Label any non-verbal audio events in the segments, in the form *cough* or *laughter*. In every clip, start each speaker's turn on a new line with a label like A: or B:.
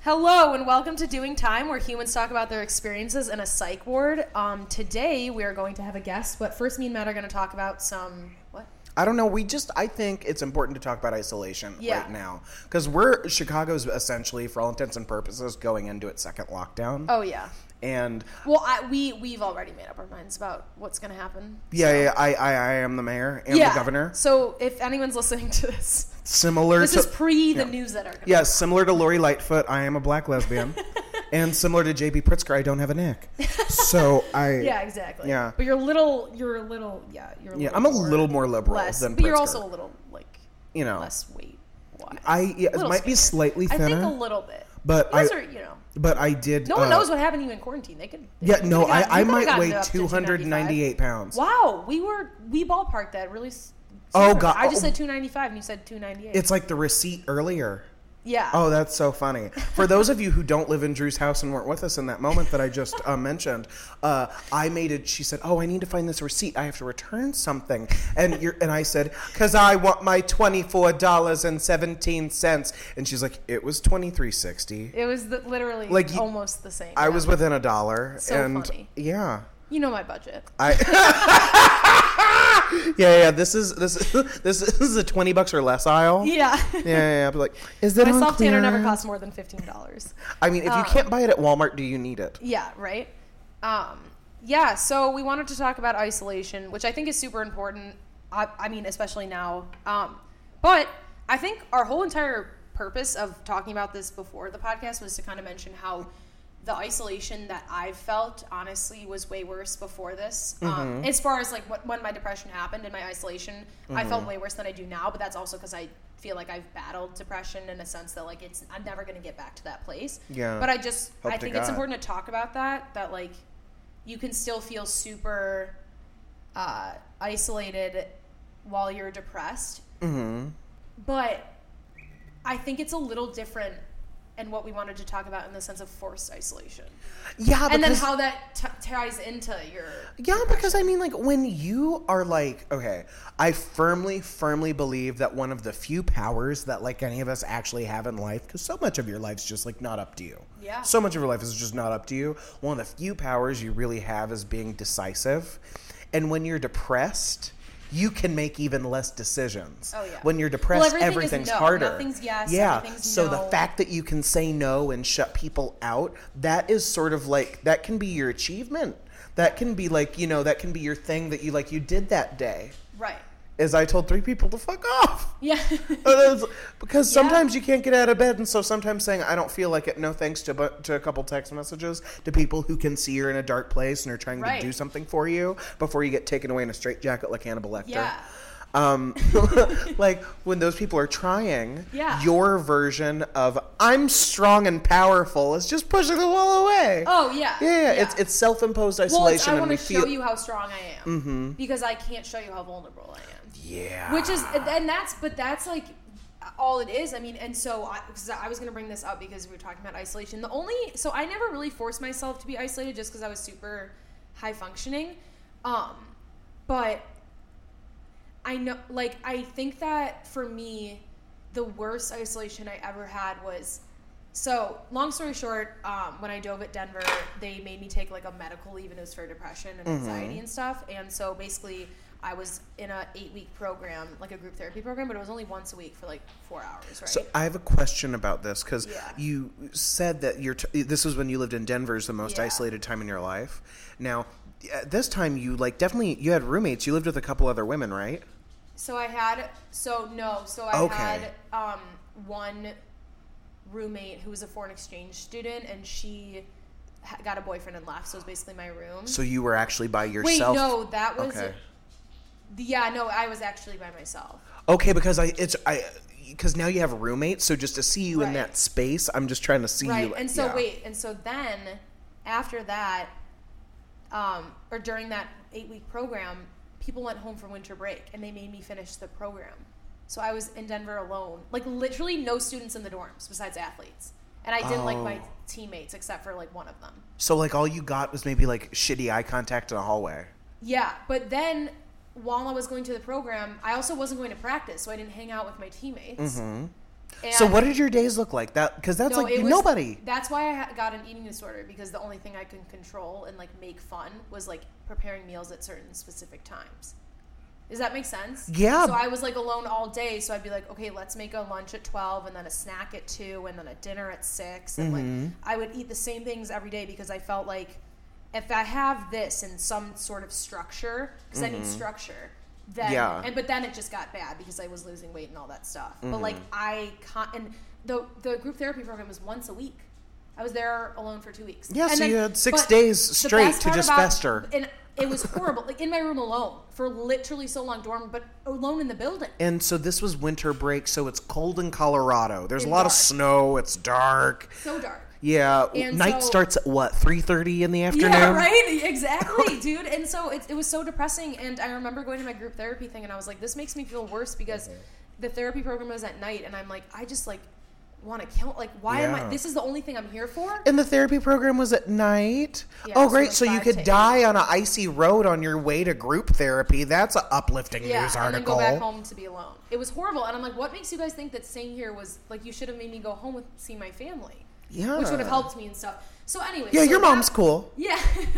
A: Hello and welcome to Doing Time, where humans talk about their experiences in a psych ward. Um, today we are going to have a guest, but first, me and Matt are going to talk about some what?
B: I don't know. We just, I think it's important to talk about isolation
A: Yeah.
B: right now because we're Chicago's essentially, for all intents and purposes, going into its second lockdown.
A: Oh yeah.
B: And
A: Well, I, we we've already made up our minds about what's going to happen.
B: yeah, yeah, I, I, I am the mayor and the governor.
A: So if anyone's listening to this,
B: Similar
A: this
B: to
A: is pre the
B: yeah.
A: news that are. Gonna
B: yeah, similar to Lori Lightfoot, I am a
A: *laughs*
B: black lesbian, and similar to JB Pritzker, I don't have a neck. So I
A: *laughs* Yeah, exactly.
B: Yeah.
A: But you're a little. You're a little. Yeah. You're. A
B: yeah,
A: little
B: I'm a
A: more-
B: little more liberal
A: less,
B: than Pritzker. Oh.
A: but you're also a little like
B: you know
A: less weight. Wise.
B: I yeah, it
A: little
B: might be slightly
A: I
B: thinner,
A: think a little bit.
B: but I
A: Those are you know.
B: but I did
A: No one
B: uh,
A: knows what happened to you in quarantine. They could. they
B: Yeah,
A: could've
B: no,
A: gotten-
B: I, I
A: you could've
B: might
A: gotten
B: weigh
A: up to
B: 298 pounds.
A: Wow, we were we ballparked that really. s-
B: Oh,
A: similar.
B: God.
A: I just
B: Oh.
A: said two ninety five, and you said two ninety eight.
B: It's like the receipt earlier.
A: Yeah.
B: Oh, that's so funny. For those of you who don't live in Drew's house and weren't with us in that moment that I just uh, mentioned, uh, I made it. She said, "Oh, I need to find this receipt. I have to return something." And you're, and I said, "Cause I want my twenty four dollars and seventeen cents." And she's like, "It was twenty three sixty.
A: It was the, literally
B: Like, you-
A: almost the same.
B: I
A: yeah.
B: was within a dollar."
A: So
B: and
A: funny.
B: yeah.
A: You know my
B: *laughs*
A: budget.
B: I Yeah, yeah, this is this *laughs* is this is a 20 bucks or less aisle. Yeah,
A: Yeah.
B: yeah, yeah. But like, is
A: *laughs*
B: that
A: my
B: on
A: self tanner never
B: clearance?
A: costs more than fifteen dollars.
B: I mean, if you
A: um,
B: can't buy it at Walmart, do you need it?
A: Yeah, right? Um, yeah, so we wanted to talk about isolation, which I think is super important. I, I mean, especially now. Um, but I think our whole entire purpose of talking about this before the podcast was to kind of mention how the isolation that I've felt, honestly, was way worse before this. Um, as far as like what, when my depression happened and my isolation, I felt way worse than I do now, but that's also because I feel like I've battled depression in a sense that like it's I'm never going to get back to that place.
B: Yeah.
A: But I just
B: Hope
A: I
B: to
A: think it's
B: God.
A: important to talk about that. That like you can still feel super uh, isolated while you're depressed,
B: Mm-hmm.
A: but I think it's a little different. And what we wanted to talk about in the sense of forced isolation,
B: Yeah,
A: and then
B: because-
A: how that t- ties into your
B: Yeah, because I mean, like, when you are like, okay, I firmly, firmly believe that one of the few powers that, like, any of us actually have in life, because so much of your life's just, like, not up to you.
A: Yeah.
B: So much of your life is just not up to you. One of the few powers you really have is being decisive. And when you're depressed, you can make even less decisions.
A: Oh, yeah.
B: When you're
A: Well,
B: depressed,
A: everything is
B: everything's
A: no.
B: harder.
A: Nothing's yes,
B: Yeah.
A: everything's
B: so
A: no.
B: the fact that you can say no and shut people out, that is sort of like that can be your achievement. That can be like, you know, that can be your thing that you like you did that day.
A: right, *laughs*
B: Is I told three people to fuck off. *laughs*
A: yeah,
B: And it's- because
A: Yeah.
B: sometimes you can't get out of bed, and so sometimes saying "I don't feel like it," no thanks to but to a couple text messages to people who can see you're in a dark place and are trying
A: Right.
B: to do something for you before you get taken away in a straitjacket like Hannibal Lecter.
A: yeah,
B: Um, like when those people are trying,
A: Yeah.
B: your version of "I'm strong and powerful" is just pushing the wall away.
A: oh yeah,
B: yeah, yeah, it's it's self-imposed
A: well, it's,
B: isolation,
A: I
B: and
A: want
B: we
A: to
B: feel Mm-hmm.
A: show you how strong I am because I can't show you how vulnerable I am.
B: yeah,
A: which is and that's but that's like all it is i mean and so i, 'cause I was going to bring this up because we were talking about isolation the only so i never really forced myself to be isolated just because i was super high functioning um but i know like i think that for me the worst isolation i ever had was so long story short um, when i dove at denver they made me take like a medical leave and it was for depression
B: Mm-hmm.
A: and anxiety and stuff and so basically i was in a eight week program like a group therapy program but it was only once a week for like four hours right
B: So I have a question about this because
A: Yeah.
B: you said that you're. T- this was when you lived in Denver, is the most
A: Yeah.
B: isolated time in your life. Now, at this time, you like definitely you had roommates. You lived with a couple other women, right?
A: So I had so no, so I
B: Okay.
A: had um one roommate who was a foreign exchange student and she ha- got a boyfriend and left, so it was basically my room.
B: So you were actually by
A: Wait,
B: yourself.
A: no, that was
B: Okay.
A: Yeah, no, I was actually by myself.
B: Okay, because I it's I because now you have roommates. So just to see you in
A: Right.
B: that space, I'm just trying to see
A: right.
B: you.
A: and so
B: yeah.
A: wait, and so then after that, um, or during that eight week program, people went home for winter break and they made me finish the program. So I was in Denver alone, like literally no students in the dorms besides athletes, and I didn't like my
B: Oh.
A: teammates except for like one of them.
B: So like all you got was maybe like shitty eye contact in a hallway.
A: Yeah, but then while I was going to the program, I also wasn't going to practice, so I didn't hang out with my teammates. And
B: Mm-hmm. So what did your days look like? That because that's
A: no,
B: like
A: it
B: you-
A: was-
B: nobody.
A: That's why I ha- got an eating disorder because the only thing I could control and like make fun was like preparing meals at certain specific times. Does that make sense?
B: Yeah.
A: So I was like alone all day, so I'd be like, okay, let's make a lunch at twelve, and then a snack at two, and then a dinner at six, and
B: Mm-hmm.
A: like I would eat the same things every day because I felt like if I have this in some sort of structure, because I need structure. Then,
B: Mm-hmm. Yeah. Mm-hmm.
A: and but then it just got bad because I was losing weight and all that stuff. But like I con- and the the group therapy program was once a week. I was there alone for two weeks.
B: Yeah,
A: and
B: so you had six
A: but
B: days
A: the
B: straight
A: best
B: to
A: part
B: just fester.
A: And it was horrible, like in my room alone for literally so long, dorm, but alone in the building.
B: And so this was winter break, so it's cold in Colorado. There's
A: And
B: a lot of
A: dark.
B: snow. It's dark.
A: So dark.
B: Yeah, w-
A: And
B: night
A: so-
B: starts at what three thirty in the afternoon.
A: Yeah, right? E,
B: *laughs*
A: Exactly, dude. And so it, it was so depressing. And I remember going to my group therapy thing, and I was like, this makes me feel worse because
B: Mm-hmm.
A: the therapy program was at night, and I'm like, I just like want to kill. Like, why am
B: Yeah.
A: I? This is the only thing I'm here for.
B: And the therapy program was at night.
A: Yeah,
B: oh,
A: so
B: great!
A: it's
B: So, you
A: five
B: could
A: to
B: die on an icy road on your way to group therapy. That's an uplifting
A: Yeah,
B: news
A: and then
B: article.
A: go back home to be alone. It was horrible, and I'm like, what makes you guys think that staying here was like you should have made me go home with see my family,
B: Yeah,
A: which would have helped me and stuff. So anyway,
B: Yeah,
A: so
B: your
A: that-
B: mom's cool.
A: Yeah. *laughs*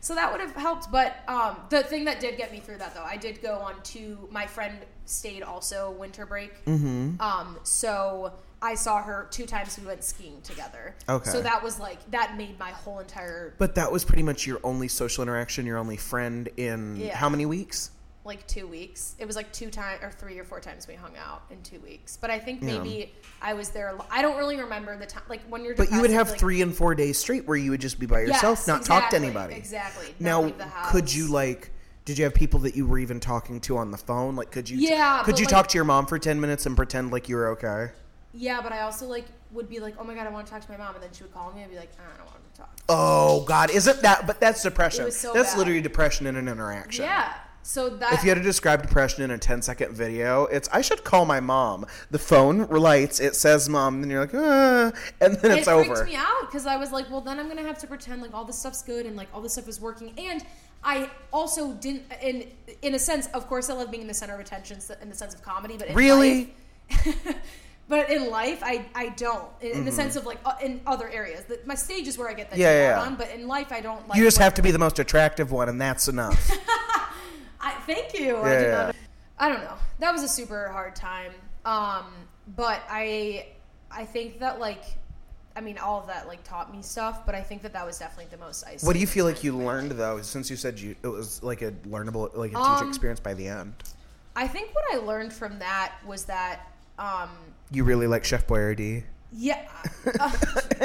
A: so that would have helped. But um, the thing that did get me through that, though, I did go on to my friend stayed also winter break. Mm-hmm. Um, so I saw her two times. We went skiing together.
B: Okay.
A: So that was like that made my whole entire
B: But that was pretty much your only social interaction, your only friend in
A: Yeah.
B: how many weeks?
A: like two weeks. It was like two times or three or four times we hung out in two weeks. But I think
B: Yeah.
A: maybe I was there. a lo- I don't really remember the time. Like when you're.
B: But you would
A: depressed,
B: have
A: like-
B: three and four days straight where you would just be by yourself,
A: Yes,
B: not talk to
A: exactly,
B: anybody.
A: Exactly. Don't
B: Now,
A: leave the house.
B: could you like? Did you have people that you were even talking to on the phone? Like, could you?
A: Yeah,
B: Could
A: but,
B: you
A: like-
B: talk to your mom for ten minutes and pretend like you were okay?
A: Yeah, but I also like would be like, oh my god, I want to talk to my mom, and then she would call me and be like, I don't want to talk.
B: Oh God, isn't that? But that's depression.
A: It was so
B: that's
A: bad.
B: literally depression in an interaction.
A: Yeah. So that.
B: If you had to describe depression in a 10 second video, it's I should call my mom. The phone lights, it says mom, then you're like, ah, and then
A: it
B: it's
A: freaked
B: over.
A: me out because I was like, well, then I'm gonna have to pretend like all this stuff's good and like all this stuff is working. And I also didn't, in in a sense, of course, I love being in the center of attention s- in the sense of comedy, but in
B: Really?
A: life- *laughs* but in life, I I don't in, in the sense of like uh, in other areas. The, my stage is where I get that
B: Mm-hmm. Yeah,
A: shit
B: yeah,
A: out
B: yeah.
A: on, but in life, I don't like.
B: You just
A: what-
B: have to be the most attractive one, and that's enough. *laughs*
A: I thank you.
B: Yeah,
A: I, do
B: yeah.
A: not, I don't know. That was a super hard time. Um, but I, I think that like, I mean, all of that like taught me stuff. But I think that that was definitely the most isolating.
B: what do you feel like you learned though? Since you said you, it was like a learnable, like a teacher
A: Um,
B: experience by the end.
A: I think what I learned from that was that, um,
B: You really like Chef Boyardee.
A: yeah. uh,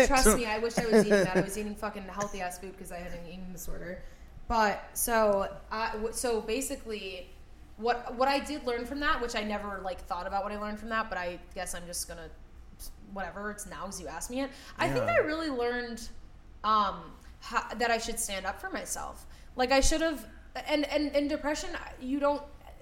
A: trust me, I wish I was eating that. I was eating fucking healthy ass food because I had an eating disorder. But so, I, w- so basically. What, what I did learn from that, which I never like thought about what I learned from that, but I guess I'm just gonna whatever it's now because you asked me it. I think
B: Yeah.
A: I really learned um, how, that I should stand up for myself. Like I should have, and and in depression, you don't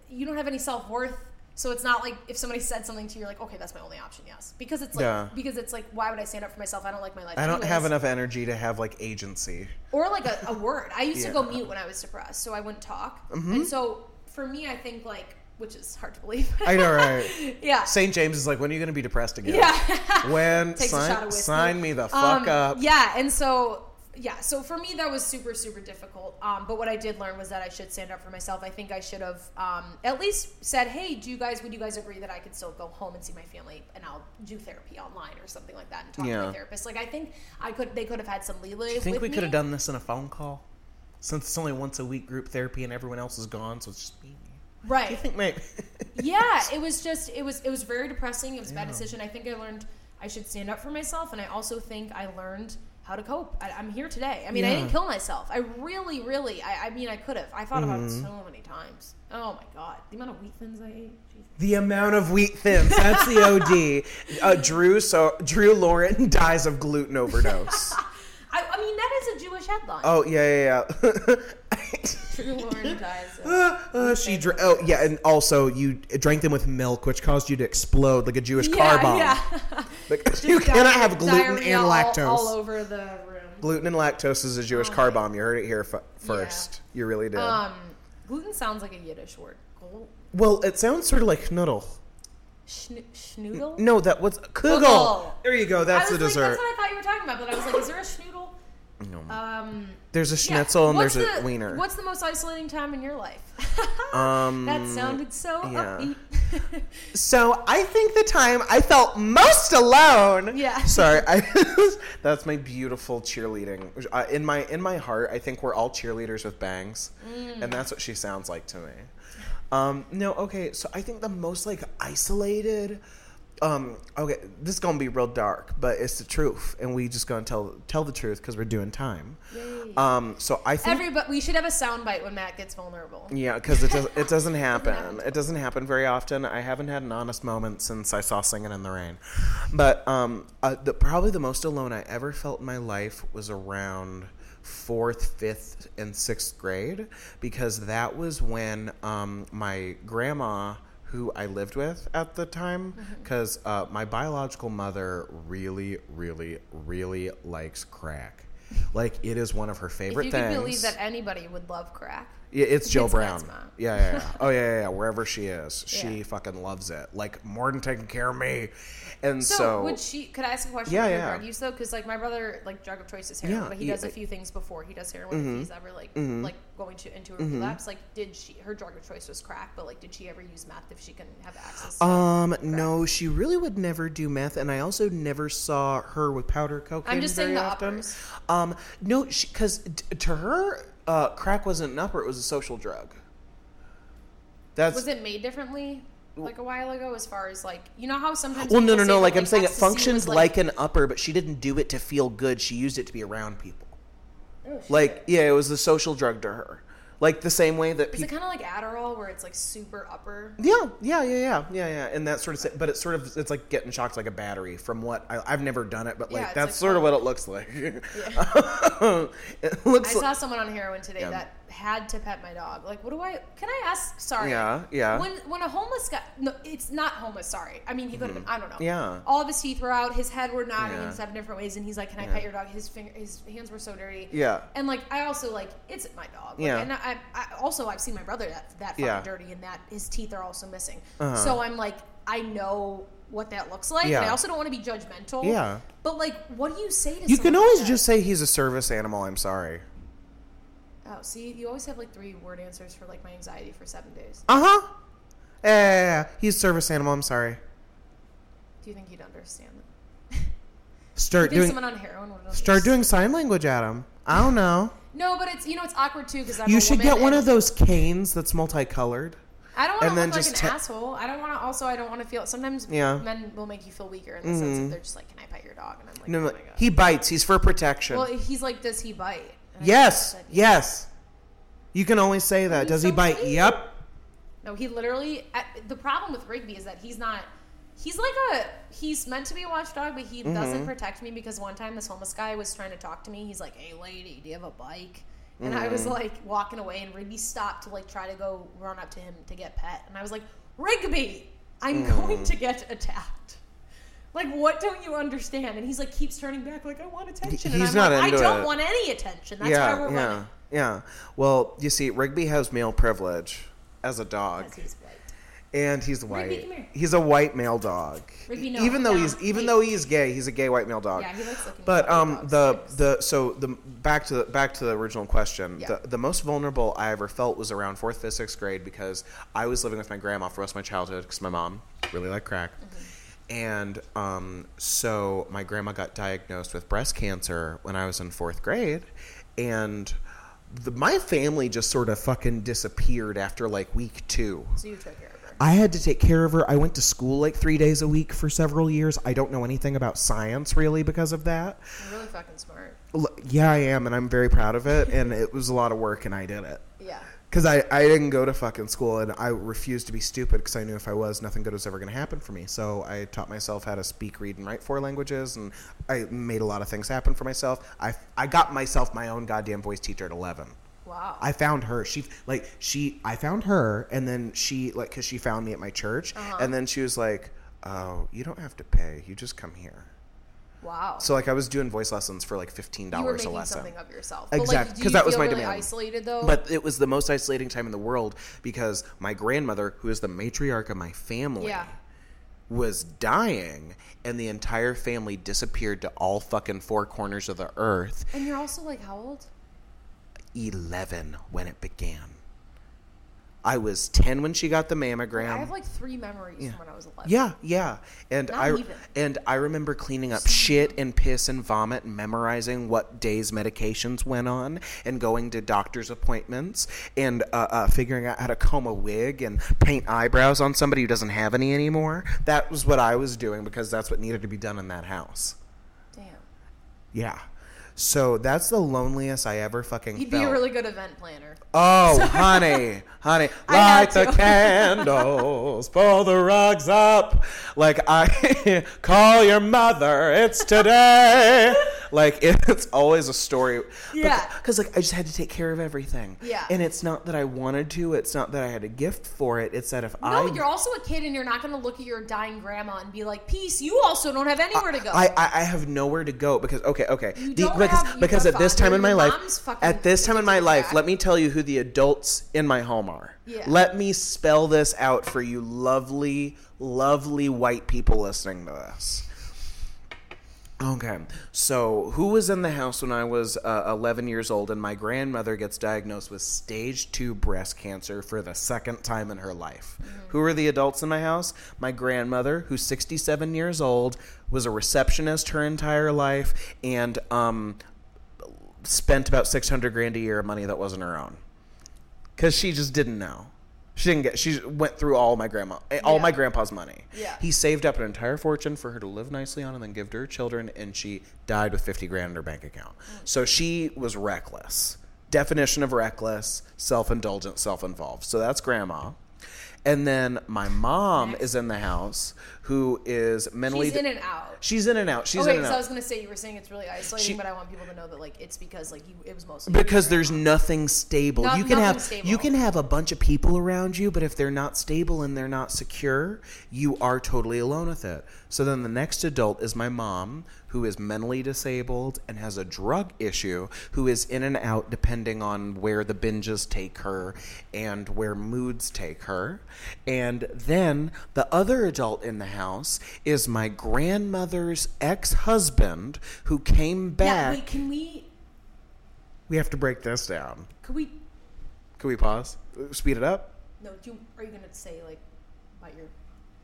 A: you don't have any self worth. So it's not like if somebody said something to you, you're like, okay, that's my only option, yes, because it's like
B: Yeah.
A: because it's like, why would I stand up for myself? I don't like my life.
B: I don't
A: anyways.
B: have enough energy to have like agency.
A: or like a, a word. I used to go
B: Yeah. Mm-hmm.
A: mute when I was depressed, so I wouldn't talk. And so for me, I think like, which is hard to believe.
B: I know, right?
A: *laughs* yeah.
B: St. James is like, when are you going to be depressed again?
A: Yeah. *laughs*
B: When
A: Takes a shot of
B: sign,
A: whiskey.
B: sign me the fuck
A: Um,
B: up.
A: Yeah, and so yeah, so for me that was super super difficult. Um, but what I did learn was that I should stand up for myself. I think I should have um, at least said, "Hey, do you guys would you guys agree that I could still go home and see my family and I'll do therapy online or something like that and talk to
B: Yeah.
A: my therapist?" Like I think I could they could have had some leeway.
B: I think
A: with
B: we
A: me.
B: could have done this in a phone call, since it's only once a week group therapy and everyone else is gone, so it's just me.
A: right.
B: I think *laughs* maybe. *laughs*
A: yeah, it was just it was it was very depressing. It was a bad
B: Yeah.
A: decision. I think I learned I should stand up for myself, and I also think I learned how to cope. I, I'm here today. I mean, I
B: Yeah.
A: didn't kill myself. I really, really. I, I mean, I could have. I thought about
B: Mm-hmm.
A: it so many times. Oh my god, the amount of wheat thins I ate. Jesus.
B: the amount of wheat thins. That's the OD. Uh, Drew so Drew Lauren *laughs* dies of gluten
A: *laughs*
B: overdose.
A: I, I mean, that is a Jewish headline.
B: oh yeah yeah yeah.
A: True
B: *laughs*
A: Lauren dies. of-
B: Uh, uh, she dra- oh yeah, and also you drank them with milk, which caused you to explode like a Jewish car bomb.
A: yeah.
B: Like, *laughs* you
A: Just
B: cannot
A: diarrhea-
B: have gluten
A: diarrhea
B: and
A: all-
B: lactose.
A: all, over the room.
B: Gluten and lactose is a Jewish
A: Oh
B: car
A: my-
B: bomb. You heard it here f- first. You really did.
A: Um, gluten sounds like a Yiddish word. Gl-
B: well, it sounds sort of like knuddle.
A: Schno- schnoodle?
B: No, that was Kugel.
A: Kugel.
B: There you go. That's
A: I
B: the
A: was like,
B: dessert.
A: That's what I thought you were talking about, but I was like, is there a schnoodle?
B: No.
A: Um,
B: there's a
A: yeah.
B: schnitzel and
A: What's
B: there's a
A: the-
B: wiener.
A: What's the most isolating time in your life? *laughs*
B: Um,
A: that sounded so
B: yeah.
A: upbeat. *laughs*
B: So I think the time I felt most alone.
A: Yeah.
B: *laughs* Sorry, I, *laughs* that's my beautiful cheerleading. Uh, in my in my heart, I think we're all cheerleaders with bangs,
A: Mm.
B: and that's what she sounds like to me. Um, no, okay. So I think the most like isolated. Um, okay, this is gonna be real dark, but it's the truth, and we just gonna tell tell the truth because we're doing time.
A: Yay.
B: Um, so I think
A: Everybody, we should have a soundbite when Matt gets vulnerable.
B: yeah, because it, does, it doesn't happen.
A: happen.
B: It doesn't happen very often. I haven't had an honest moment since I saw Singing in the Rain. But um, uh, the, probably the most alone I ever felt in my life was around fourth, fifth, and sixth grade because that was when um, my grandma, who I lived with at the time,
A: Mm-hmm.
B: because uh, my biological mother really, really, really likes crack. Like it is one of her
A: If
B: favorite
A: you
B: things.
A: could believe that anybody would love crack.
B: Yeah, it's Jill
A: It's
B: Brown.
A: Matt's mom.
B: Yeah, yeah,
A: *laughs*
B: yeah. Oh, yeah, yeah, yeah. Wherever she is, she
A: Yeah.
B: fucking loves it. Like more than taking care of me, and
A: So,
B: so,
A: would she? Could I ask a question?
B: Yeah,
A: with
B: yeah.
A: Drug use though, because like my brother, like drug of choice is heroin,
B: Yeah, Mm-hmm.
A: but he
B: yeah,
A: does a
B: like-
A: few things before he does heroin. If he's ever like like going to into a
B: Mm-hmm.
A: relapse, like did she? Her drug of choice was crack, but like did she ever use meth if she couldn't have access? to
B: um, no, she really would never do meth, and I also never saw her with powder cocaine.
A: just saying
B: very
A: the
B: often.
A: uppers.
B: Um, no, because t- to her, uh, crack wasn't an upper; it was a social drug. That's
A: Was it made differently? Like a while ago, as far as like you know how sometimes.
B: well, no,
A: people
B: no,
A: say
B: no.
A: that,
B: Like I'm saying, it
A: ecstasy was,
B: functions like an upper, but she didn't do it to feel good. She used it to be around people.
A: Oh, shit.
B: Like, yeah, it was the social drug to her. Like the same way that
A: Is
B: people.
A: it kind of like Adderall, where it's like super upper?
B: Yeah, yeah, yeah, yeah, yeah, yeah, and that sort of. si- But it's sort of it's like getting shocked like a battery. From what I, I've never done it, but
A: Yeah,
B: like
A: it's
B: that's
A: like,
B: sort of
A: oh.
B: what it looks like. *laughs* it looks.
A: I
B: like,
A: saw someone on heroin today
B: Yeah.
A: that had to pet my dog. Like, what do I? Can I ask? Sorry.
B: Yeah, yeah.
A: When when a homeless guy, no, it's not homeless. Sorry. I mean, he could have been. I don't know.
B: Mm-hmm. Yeah.
A: All of his teeth were out. His head were nodding
B: Yeah.
A: in seven different ways, and he's like, "Can I
B: Yeah.
A: pet your dog?" His finger, his hands were so dirty.
B: Yeah.
A: And like, I also like, it's my dog. Like,
B: Yeah.
A: And I, I also I've seen my brother that that fucking
B: Yeah.
A: dirty, and that his teeth are also missing.
B: Uh-huh.
A: So I'm like, I know what that looks like.
B: Yeah.
A: And I also don't want to be judgmental.
B: Yeah.
A: But like, what do you say to?
B: you can
A: someone like
B: always
A: that?
B: just say he's a service animal. I'm sorry.
A: Oh, see, you always have like three word answers for like my anxiety for seven days.
B: Uh huh. Yeah, yeah, yeah, he's a service animal. I'm sorry.
A: Do you think you'd understand that? *laughs*
B: Start
A: Do you think
B: doing.
A: someone on heroin would
B: Start
A: understand?
B: doing sign language at him. I don't know.
A: No, but it's you know it's awkward too because I'm.
B: You
A: a
B: should
A: woman
B: get one
A: and Oh
B: of those canes that's multicolored.
A: I don't want to
B: and
A: look
B: then
A: like
B: just
A: an
B: te-
A: asshole. I don't want to. Also, I don't want to feel. Sometimes
B: Yeah. Mm-hmm.
A: men will make you feel weaker in the sense that they're just like, "Can I bite your dog?" And I'm like,
B: No,
A: "Oh
B: no,
A: my god."
B: he bites. He's for protection.
A: well, he's like, "Does he bite?" And I
B: Yes,
A: said,
B: yes. You can only say that.
A: He's
B: Does
A: so
B: he bite?
A: sweet.
B: Yep.
A: No, he literally. I- The problem with Rigby is that he's not. He's like a. He's meant to be a watchdog, but
B: Mm-hmm.
A: he doesn't protect me because one time this homeless guy was trying to talk to me. He's like, "Hey, lady, do you have a bike?" And I
B: Mm-hmm.
A: was like walking away, and Rigby stopped to like try to go run up to him to get pet, and I was like, "Rigby, I'm
B: Mm-hmm.
A: going to get attacked." Like, what don't you understand? And he's like, keeps turning back, like, I want attention. and
B: he's
A: I'm
B: not
A: like,
B: into
A: I don't
B: it.
A: want any attention. That's
B: yeah,
A: why we're
B: yeah,
A: running.
B: yeah. Well, you see, Rigby has male privilege as a dog,
A: Because he's white.
B: and he's white.
A: come here.
B: He's a white male dog.
A: Rigby, no,
B: even though
A: no,
B: he's even
A: wait.
B: though he's gay, he's a gay white male dog.
A: Yeah, he likes looking
B: But
A: at
B: um,
A: dogs.
B: the the so the back to the back to the original question.
A: Yeah.
B: The, the most vulnerable I ever felt was around fourth, fifth, sixth grade because I was living with my grandma for most of my childhood because my mom really liked crack,
A: Mm-hmm.
B: and um, so my grandma got diagnosed with breast cancer when I was in fourth grade, and. The, my family just sort of fucking disappeared after like week two.
A: So you took care of her.
B: I had to take care of her. I went to school like three days a week for several years. I don't know anything about science really because of that.
A: You're really fucking smart.
B: L- yeah, I am, and I'm very proud of it. And it was a lot of work, and I did it.
A: Yeah.
B: Because I, I didn't go to fucking school, and I refused to be stupid because I knew if I was, nothing good was ever going to happen for me. So I taught myself how to speak, read, and write four languages, and I made a lot of things happen for myself. I, I got myself my own goddamn voice teacher at 11.
A: Wow.
B: I found her. She like she I found her and then she like cuz she found me at my church
A: Uh-huh.
B: and then she was like, "Oh, you don't have to pay. You just come here."
A: wow.
B: So like I was doing voice lessons for like $15
A: you were
B: a
A: making
B: lesson.
A: something of yourself.
B: Exact-
A: But like,
B: 'cause that was
A: feel
B: my
A: really
B: demand.
A: Isolated though.
B: But it was the most isolating time in the world because my grandmother, who is the matriarch of my family,
A: yeah.
B: was dying, and the entire family disappeared to all fucking four corners of the earth.
A: And you're also like how old?
B: 11 when it began. I was 10 when she got the mammogram.
A: I have like three memories from when I was 11.
B: Yeah, yeah. And
A: Not
B: I
A: even.
B: and I remember cleaning up shit and piss and vomit and memorizing what days medications went on and going to doctor's appointments and uh, uh, figuring out how to comb a wig and paint eyebrows on somebody who doesn't have any anymore. That was what I was doing because that's what needed to be done in that house.
A: Damn.
B: Yeah. So that's the loneliest I ever fucking
A: You'd
B: felt.
A: be a really good event planner.
B: Oh,
A: *laughs*
B: honey, honey,
A: I had
B: light
A: *laughs*
B: the
A: to.
B: candles, pull the rugs up. Like I *laughs* call your mother, it's
A: *laughs*
B: today. like it's always a story.
A: Yeah.
B: Because like I just had to take care of everything.
A: Yeah.
B: And it's not that I wanted to. It's not that I had a gift for it. It's that if I
A: No, you're also a kid, and you're not going to look at your dying grandma and be like, "Peace." You also don't have anywhere to go.
B: I, I, I have nowhere to go because okay okay
A: You
B: The-
A: don't
B: because
A: have- you
B: because
A: have
B: at this
A: father,
B: time in my
A: your
B: life
A: mom's fucking
B: at this time in my
A: taking
B: life
A: back.
B: let me tell you who the adults in my home are
A: Yeah.
B: let me spell this out for you lovely lovely white people listening to this okay so who was in the house when I was uh, 11 years old and my grandmother gets diagnosed with stage 2 breast cancer for the second time in her life who are the adults in my house my grandmother who's 67 years old was a receptionist her entire life and um, spent about 600 grand a year of money that wasn't her own because she just didn't know she didn't get she went through all my grandma eh, all
A: Yeah.
B: my grandpa's money
A: Yeah.
B: he saved up an entire fortune for her to live nicely on and then give to her children and she died with 50 grand in her bank account
A: Mm.
B: so she was reckless definition of reckless self-indulgent self-involved so that's grandma and then my mom is in the house who is mentally
A: She's in and out.
B: she's in and out she's
A: Okay,
B: in and
A: because
B: out
A: I was gonna say you were saying it's really isolating,
B: She-
A: but I want people to know that like it's because like you, it was mostly
B: because there's nothing stable.
A: No-
B: you can
A: nothing
B: have
A: stable.
B: you can have a bunch of people around you, but if they're not stable and they're not secure, you are totally alone with it. So then the next adult is my mom, who is mentally disabled and has a drug issue, who is in and out depending on where the binges take her and where moods take her. And then the other adult in the house is my grandmother's ex-husband who came
A: yeah.
B: back.
A: Wait, can we?
B: we have to break this down.
A: Could we?
B: Can we pause? Speed it up?
A: No. Do you, are you gonna say like about your?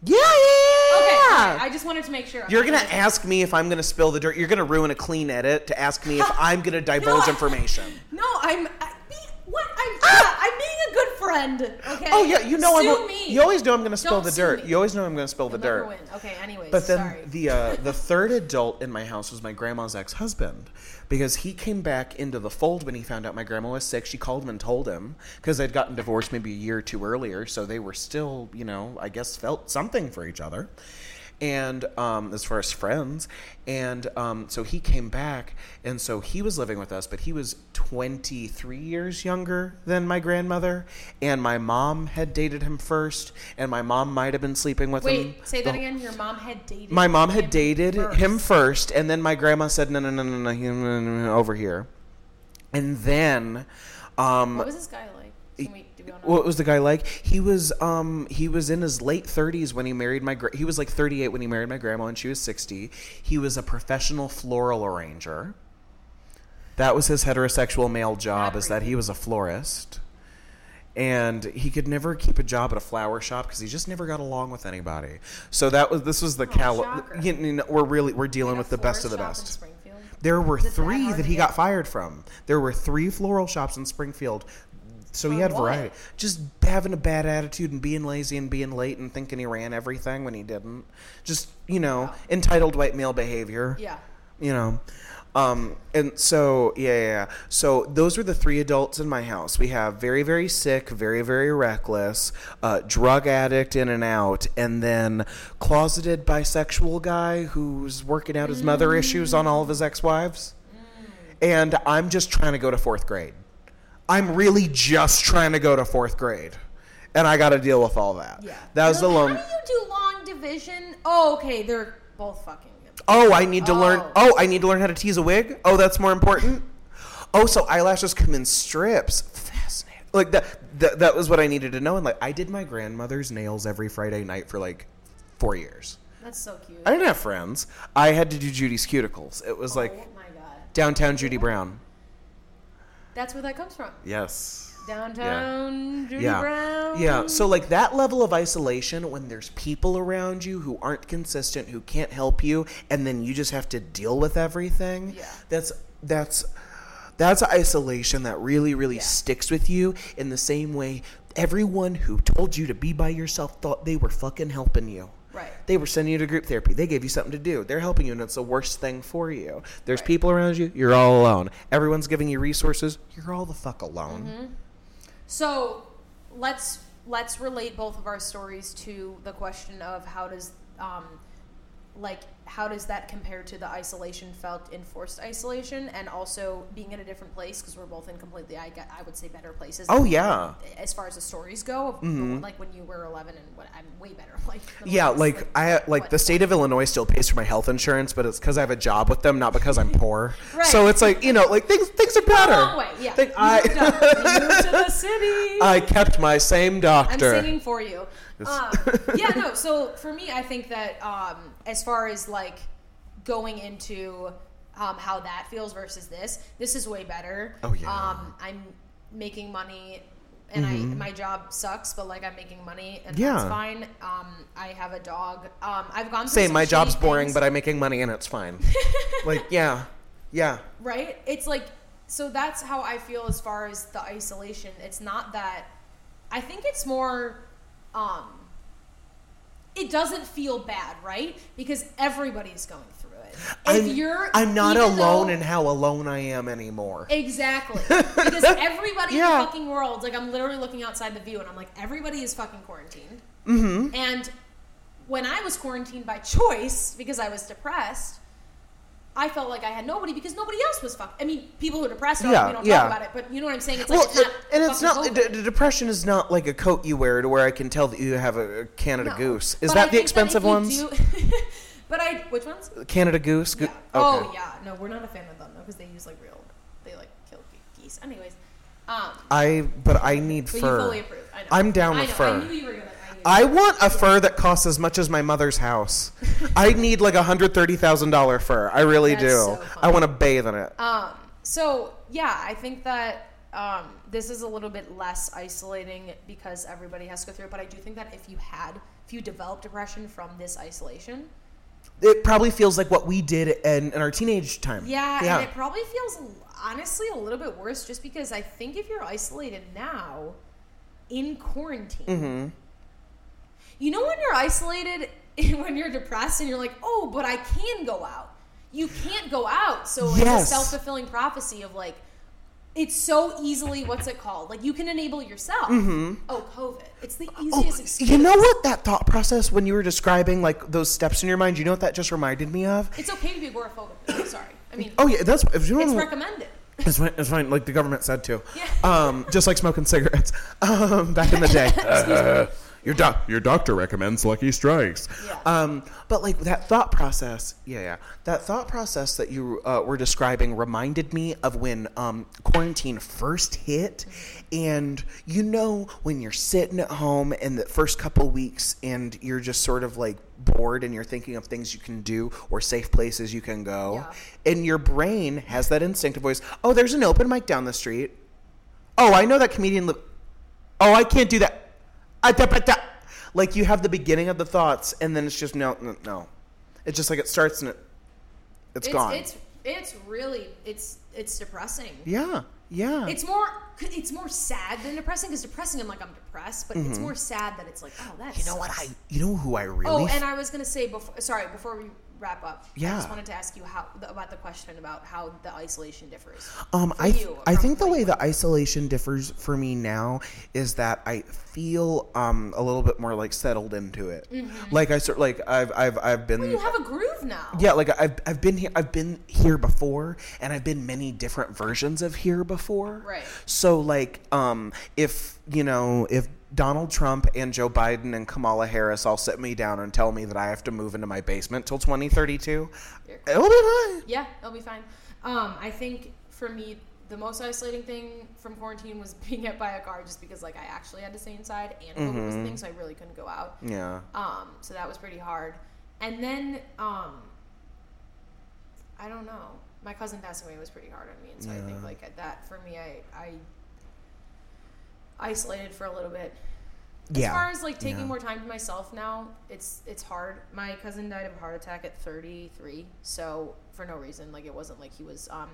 B: Yeah, yeah,
A: Okay. okay,
B: yeah.
A: I just wanted to make sure. I'm
B: You're
A: not
B: gonna ask me if I'm gonna spill the dirt. You're gonna ruin a clean edit to ask me if I'm gonna divulge
A: No.
B: information.
A: No, I'm. I, be, what? I'm. yeah, I'm being a good friend. Okay.
B: Ah! Oh yeah, you know
A: Sue
B: I'm.
A: Me.
B: You always know I'm gonna spill
A: Don't
B: the
A: sue
B: dirt.
A: me.
B: You always know I'm gonna spill the
A: You'll never
B: dirt.
A: win. Okay. Anyways,
B: But then
A: sorry.
B: the uh, the third adult in my house was my grandma's ex husband because he came back into the fold when he found out my grandma was sick. She called him and told him because they'd gotten divorced maybe a year or two earlier, so they were still you know I guess felt something for each other. And um, as far as friends, and um, so he came back, and so he was living with us, but he was 23 years younger than my grandmother, and my mom had dated him first, and my mom might have been sleeping with him.
A: Wait. Say
B: the
A: that again. Your mom had dated.
B: my mom
A: him
B: had dated
A: first.
B: him first, and then my grandma said, "No, no, no, no, no, he- no, no, no, over here." And then, um,
A: What was this guy like? Can we, do we all know?
B: what was the guy like? He was, um, he was in his late thirties when he married my. Gra- he was like thirty-eight when he married my grandma, and she was sixty. He was a professional floral arranger. That was his heterosexual male job, is that he was a florist. And he could never keep a job at a flower shop because he just never got along with anybody. So that was this was the cal.
A: Oh, shocker.
B: You, know, we're really we're dealing
A: Like a
B: with the best of the
A: florist
B: best.
A: shop in Springfield?
B: There were
A: Is it that
B: three
A: hard
B: that
A: to
B: he
A: get?
B: got fired from. There were three floral shops in Springfield. So he
A: For
B: had
A: what?
B: variety. Just having a bad attitude and being lazy and being late and thinking he ran everything when he didn't. Just, you know, entitled white male behavior
A: Yeah.
B: you know um and so yeah, yeah yeah so those were the three adults in my house we have very very sick very very reckless uh drug addict in and out and then closeted bisexual guy who's working out his mother issues on all of his ex-wives and i'm just trying to go to fourth grade i'm really just trying to go to fourth grade and i got to deal with all that
A: Yeah.
B: that was
A: You're
B: the
A: like,
B: lone
A: How do you do long division? Oh, okay. They're both fucking.
B: Oh, I need to learn.
A: Oh.
B: Oh, I need to learn how to tease a wig. Oh, that's more important. Oh, so eyelashes come in strips. Fascinating. Like that. That, that was what I needed to know. And like, I did my grandmother's nails every Friday night for like four years.
A: That's so cute.
B: I didn't have friends. I had to do Judy's cuticles. It was
A: oh
B: like
A: my god.
B: downtown Judy Brown.
A: That's where that comes from.
B: Yes.
A: Downtown Judy
B: yeah.
A: Brown.
B: Yeah. So like that level of isolation when there's people around you who aren't consistent, who can't help you, and then you just have to deal with everything.
A: Yeah.
B: That's that's that's isolation that really really
A: Yeah.
B: sticks with you in the same way everyone who told you to be by yourself thought they were fucking helping you.
A: Right.
B: They were sending you to group therapy. They gave you something to do. They're helping you, and it's the worst thing for you. There's
A: Right.
B: people around you. You're all alone. Everyone's giving you resources. You're all the fuck alone.
A: Mm-hmm. So let's let's relate both of our stories to the question of how does um, like how does that compare to the isolation felt in forced isolation and also being in a different place because we're both in completely I, get- I would say better places
B: Oh yeah. Mm-hmm.
A: as far as the stories go of like when you were 11 and what I'm way better *laughs* like than
B: Yeah,
A: less,
B: like I like
A: what-
B: the state of Illinois still pays for my health insurance, but it's because I have a job with them, not because I'm poor.
A: Right.
B: So it's like you know, like things things are better.
A: long way yeah *laughs*
B: Think
A: You moved
B: I
A: up. You moved to the city
B: *laughs* I kept my same
A: I'm
B: doctor.
A: singing for you. Um,
B: *laughs*
A: yeah, no. So for me, I think that um, as far as like going into um, how that feels versus this, this is way better.
B: Oh, yeah.
A: Um, I'm making money, and I my job sucks, but like I'm making money, and that's
B: Mm-hmm. Yeah.
A: fine. Um, I have a dog. Um, I've gone. through
B: Say
A: some
B: my
A: shitty
B: job's boring,
A: things
B: but I'm making money and
A: *laughs*
B: it's fine. like yeah, yeah.
A: right? It's like so that's how I feel as far as the isolation. It's not that I think it's more um it doesn't feel bad, right? Because everybody's going through it. If
B: I'm,
A: you're
B: I'm not
A: even
B: alone
A: though-
B: in how alone I am anymore. *laughs*
A: Exactly. Because everybody in
B: Yeah.
A: the fucking world, like I'm literally looking outside the view and I'm like, everybody is fucking quarantined. Mm-hmm. And when I was quarantined by choice because I was depressed, I felt like I had nobody because nobody else was fucking. I mean, people who are depressed, are,
B: Yeah,
A: we don't
B: yeah.
A: talk about it, but you know what I'm saying? It's like,
B: well,
A: it's not
B: and it's not
A: fucking
B: d-
A: COVID.
B: d- depression is not like a coat you wear to where I can tell that you have a a Canada
A: No.
B: Goose.
A: But
B: Is
A: I
B: that
A: think
B: the
A: if
B: expensive
A: you
B: ones?
A: do- *laughs* but I, which ones?
B: Canada Goose. Go-
A: Yeah.
B: okay.
A: Oh yeah, no, we're not a fan of them though because they use like real, they like kill ge- geese. Anyways, um,
B: I but I need
A: but
B: fur.
A: you fully approve. I know.
B: I'm down
A: I
B: with
A: know.
B: fur.
A: I knew you were gonna. I, knew
B: I want a fur that costs as much as my
A: *laughs*
B: mother's house. I need like a hundred thirty thousand dollar fur. I really
A: That's
B: do.
A: so
B: I
A: funny.
B: want to bathe in it.
A: Um, so yeah, I think that um, this is a little bit less isolating because everybody has to go through it. But I do think that if you had, if you developed depression from this isolation,
B: It probably feels like what we did in, in our teenage time.
A: yeah,
B: yeah.
A: and it probably feels honestly a little bit worse just because I think if you're isolated now, in quarantine,
B: Mm-hmm.
A: you know when you're isolated, *laughs* when you're depressed, and you're like, oh, but I can go out. You can't go out, so it's a
B: Yes.
A: self fulfilling prophecy of like. It's so easily what's it called? Like you can enable yourself. Oh, COVID! It's the
B: Mm-hmm. Oh,
A: easiest. excuse.
B: you know what that thought process when you were describing like those steps in your mind, you know what that just reminded me of?
A: It's okay to be agoraphobic. I'm sorry. I mean,
B: Oh yeah, that's if you
A: it's
B: remember-
A: recommended.
B: *laughs* It's fine, it's fine. Like the government said too.
A: Yeah.
B: Um, just like smoking cigarettes *laughs* um, back in
A: *laughs*
B: the day. *laughs*
C: Your, doc- your doctor recommends Lucky Strikes.
A: Yeah.
B: Um, but like that thought process, yeah, yeah, that thought process that you uh, were describing reminded me of when um, quarantine first hit, and you know when you're sitting at home in the first couple weeks and you're just sort of like bored and you're thinking of things you can do or safe places you can go, and your brain has that instinctive voice. Oh, there's an open mic down the street. Oh, I know that comedian. Li- oh, I can't do that. Ah, da, ba, da. Like you have the beginning of the thoughts, and then it's just no, no, no. It's just like it starts and it, it's
A: it's,
B: gone.
A: It's it's really it's it's depressing.
B: yeah, yeah.
A: It's more it's more sad than depressing because depressing I'm like I'm depressed, but
B: Mm-hmm.
A: it's more sad that it's like oh that's
B: you know what I? You know who I really?
A: oh
B: f-
A: and I was gonna say before sorry before we wrap up I just
B: Yeah.
A: wanted to ask you how about the question about how the isolation differs.
B: Um, I th-
A: you,
B: I think the
A: from,
B: way the isolation differs for me now is that I feel um a little bit more like settled into it. Like I sort like I've I've I've been.
A: Mm-hmm. You have a groove now.
B: yeah, like I've I've been here I've been here before, and I've been many different versions of here before.
A: Right.
B: So like, um, if you know, if Donald Trump and Joe Biden and Kamala Harris all sit me down and tell me that I have to move into my basement till 2032, it'll be fine.
A: Yeah, that'll be fine. Um, I think for me, the most isolating thing from quarantine was *laughs* being hit by a car just because like I actually had to stay inside and COVID
B: Mm-hmm.
A: was a thing, so I really couldn't go out.
B: Yeah.
A: Um, so that was pretty hard. And then um, I don't know. My cousin passing away was pretty hard on me, and so I think
B: Yeah.
A: like at that for me, I I isolated for a little bit. As
B: yeah.
A: far as like taking
B: Yeah.
A: more time to myself now, it's it's hard. My cousin died of a heart attack at 33, so for no reason. Like it wasn't like he was um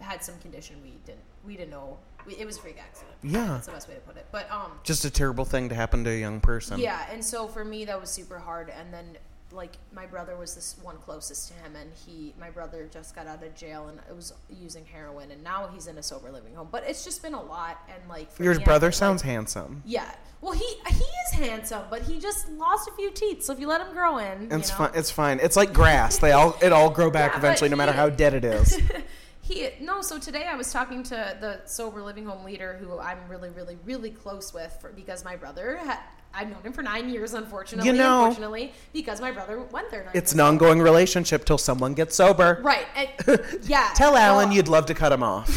A: had some condition we didn't we didn't know. We, it was a freak accident.
B: Yeah.
A: that's the best way to put it. But um,
B: Just a terrible thing to happen to a young person.
A: yeah, and so for me that was super hard. And then like my brother was this one closest to him, and he my brother just got out of jail and was using heroin, and now he's in a sober living home. But it's just been a lot, and like for
B: Your
A: me, I feel
B: brother
A: like-
B: sounds handsome.
A: yeah. Well, he he is handsome, but he just lost a few teeth. So if you let him grow in, you
B: It's
A: know,
B: fine. It's fine. It's like grass. They all it all grow back
A: Yeah, but
B: eventually, no matter how
A: he-
B: dead it is.
A: *laughs* He no. So today I was talking to the sober living home leader, who I'm really, really, really close with, for, because my brother had. I've known him for nine years, unfortunately.
B: You know.
A: unfortunately, because my brother went there. Nine
B: It's
A: years
B: an ongoing relationship till someone gets sober.
A: Right.
B: *laughs*
A: and- yeah.
B: Tell
A: well,
B: Alan *laughs* you'd love to cut him
A: *laughs*
B: off.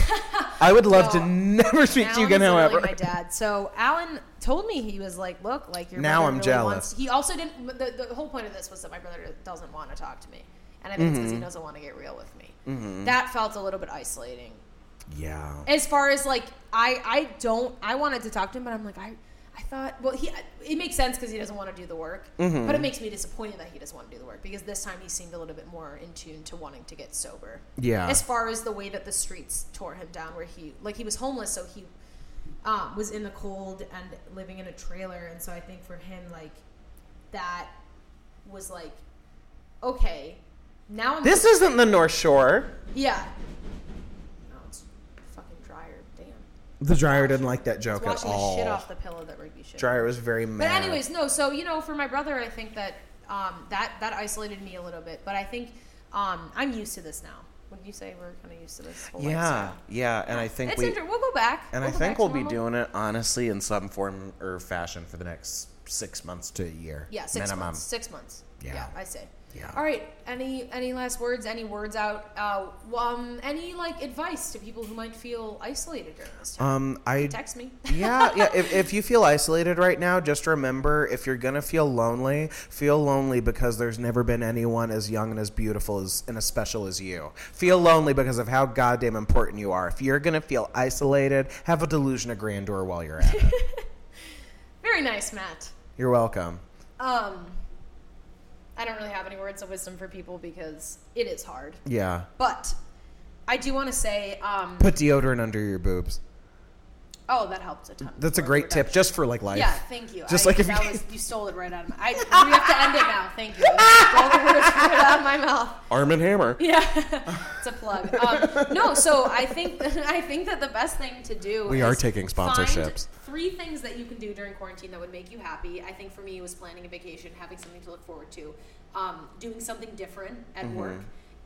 B: I would love
A: No.
B: to never speak to you
A: Alan
B: again.
A: is literally
B: However,
A: my dad. So Alan told me he was like, "Look, like your
B: Now
A: brother
B: I'm
A: really
B: jealous.
A: wants-" He also didn't. The, the whole point of this was that my brother doesn't want to talk to me, and I think it's because he
B: Mm-hmm.
A: doesn't want to get real with me. That felt a little bit isolating.
B: yeah,
A: As far as like, I I don't. I wanted to talk to him, but I'm like I. I thought, well, he it makes sense because he doesn't want to do the work,
B: Mm-hmm.
A: but it makes me disappointed that he doesn't want to do the work because this time he seemed a little bit more in tune to wanting to get sober
B: yeah.
A: as far as the way that the streets tore him down where he like he was homeless so he um, was in the cold and living in a trailer and so i think for him like that was like okay now I'm
B: this isn't the North Shore.
A: yeah no it's fucking dryer damn
B: The dryer didn't like that joke
A: it's
B: at
A: washing
B: all.
A: the shit off the pillow that rigby should
B: Dryer was very
A: but
B: mad.
A: anyways, no. So you know, for my brother, I think that um, that that isolated me a little bit. But I think um, I'm used to this now. Wouldn't you say we're kind of used to this? Whole
B: yeah,
A: lifestyle?
B: yeah, and I think
A: it's
B: we
A: inter- we'll go back.
B: and
A: We'll
B: I
A: go back
B: think
A: to
B: we'll be
A: normal.
B: doing it honestly in some form or fashion for the next six months to a year.
A: yeah six
B: minimum.
A: months. Six months.
B: Yeah.
A: Yeah. I say.
B: Yeah.
A: All right. Any any last words? Any words out? Uh, w- um, any like advice to people who might feel isolated during this time?
B: Um, I
A: Text me.
B: yeah, yeah. If, if you feel isolated right now, just remember if you're gonna feel lonely, feel lonely because there's never been anyone as young and as beautiful as and as special as you. Feel lonely because of how goddamn important you are. If you're gonna feel isolated, have a delusion of grandeur while you're at it.
A: *laughs* Very nice, Matt.
B: you're welcome.
A: Um, I don't really have any words of wisdom for people because it is hard.
B: Yeah.
A: But I do want to say, um,
B: Put deodorant under your boobs.
A: oh, that helped a ton.
B: That's a
A: for
B: great tip,
A: reduction.
B: just for like life.
A: Yeah, thank you.
B: Just
A: I,
B: like if
A: that
B: you-
A: was, you stole it right out of my. I, we have to end it now. Thank
B: *laughs*
A: you. You stole the words right out of my mouth.
C: Arm and Hammer.
A: Yeah, it's a plug. Um, no, so I think *laughs* I think that the best thing to do.
B: We
A: is
B: are taking sponsorships.
A: Find three things that you can do during quarantine that would make you happy. I think for me, it was planning a vacation, having something to look forward to, um, doing something different at
B: Mm-hmm.
A: work,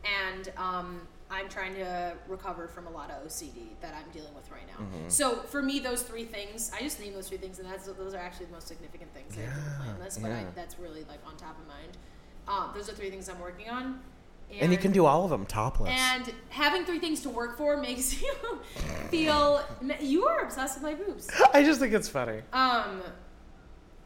A: and. Um, I'm trying to recover from a lot of OCD that I'm dealing with right now.
B: Mm-hmm.
A: So for me, those three things, I just named those three things, and that's those are actually the most significant things that I didn't plan this, but I,
B: yeah.
A: that's really like on top of mind. Um, those are three things I'm working on.
B: And you can do all of them topless.
A: And having three things to work for makes *laughs* you feel you are obsessed with my boobs.
B: *laughs* I just think it's funny.
A: Um,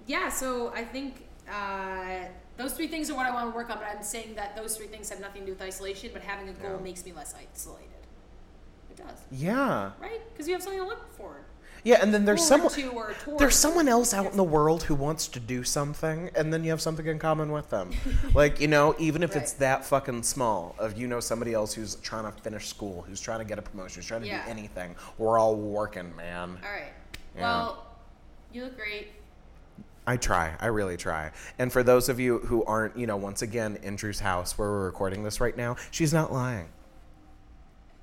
A: yeah. So I think uh, those three things are what I want to work on. But I'm saying that those three things have nothing to do with isolation. But having a goal
B: Yeah.
A: makes me less isolated. It does,
B: Yeah.
A: right? Because you have something to look for.
B: Yeah, and then there's
A: forward
B: someone
A: to or towards.
B: there's someone else out in the world who wants to do something and then you have something in common
A: *laughs*
B: with them. like, you know, even if it's
A: Right.
B: that fucking small of you know somebody else who's trying to finish school, who's trying to get a promotion, who's trying to
A: Yeah.
B: do anything. We're all working, man.
A: All right.
B: Yeah.
A: Well, you look great.
B: I try. I really try. And for those of you who aren't, you know, once again in Drew's house where we're recording this right now, she's not lying.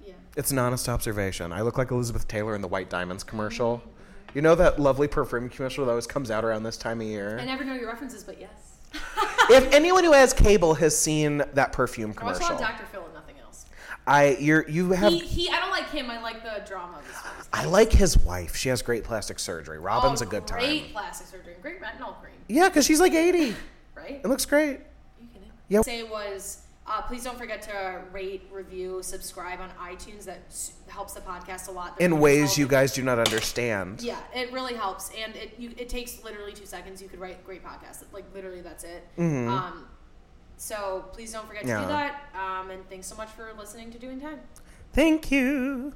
A: Yeah.
B: It's an honest observation. I look like Elizabeth Taylor in the White Diamonds commercial.
A: Mm-hmm.
B: You know that lovely perfume commercial that always comes out around this time of year?
A: I never know your references, but yes. *laughs*
B: if anyone who has cable has seen that perfume
A: I watch a lot
B: commercial,
A: of Dr. Phil and nothing else.
B: I you're, you have
A: He, he, I don't like him. I like the drama of his stories.
B: I like his wife. She has great plastic surgery. Robin's
A: Oh,
B: a good
A: great
B: time.
A: plastic surgery, great retinol cream,
B: Yeah, because she's like eighty.
A: right?
B: It looks great.
A: You can
B: Yeah.
A: say was Uh, please don't forget to rate, review, subscribe on iTunes. That s- helps the podcast a lot. That
B: in
A: really
B: ways
A: helps.
B: you guys do not understand.
A: Yeah, it really helps, and it you, it takes literally two seconds. You could write great podcasts. Like literally, that's it. Um, so please don't forget to
B: Mm-hmm. Yeah.
A: do that. Um, and thanks so much for listening to Doing Time.
B: Thank you.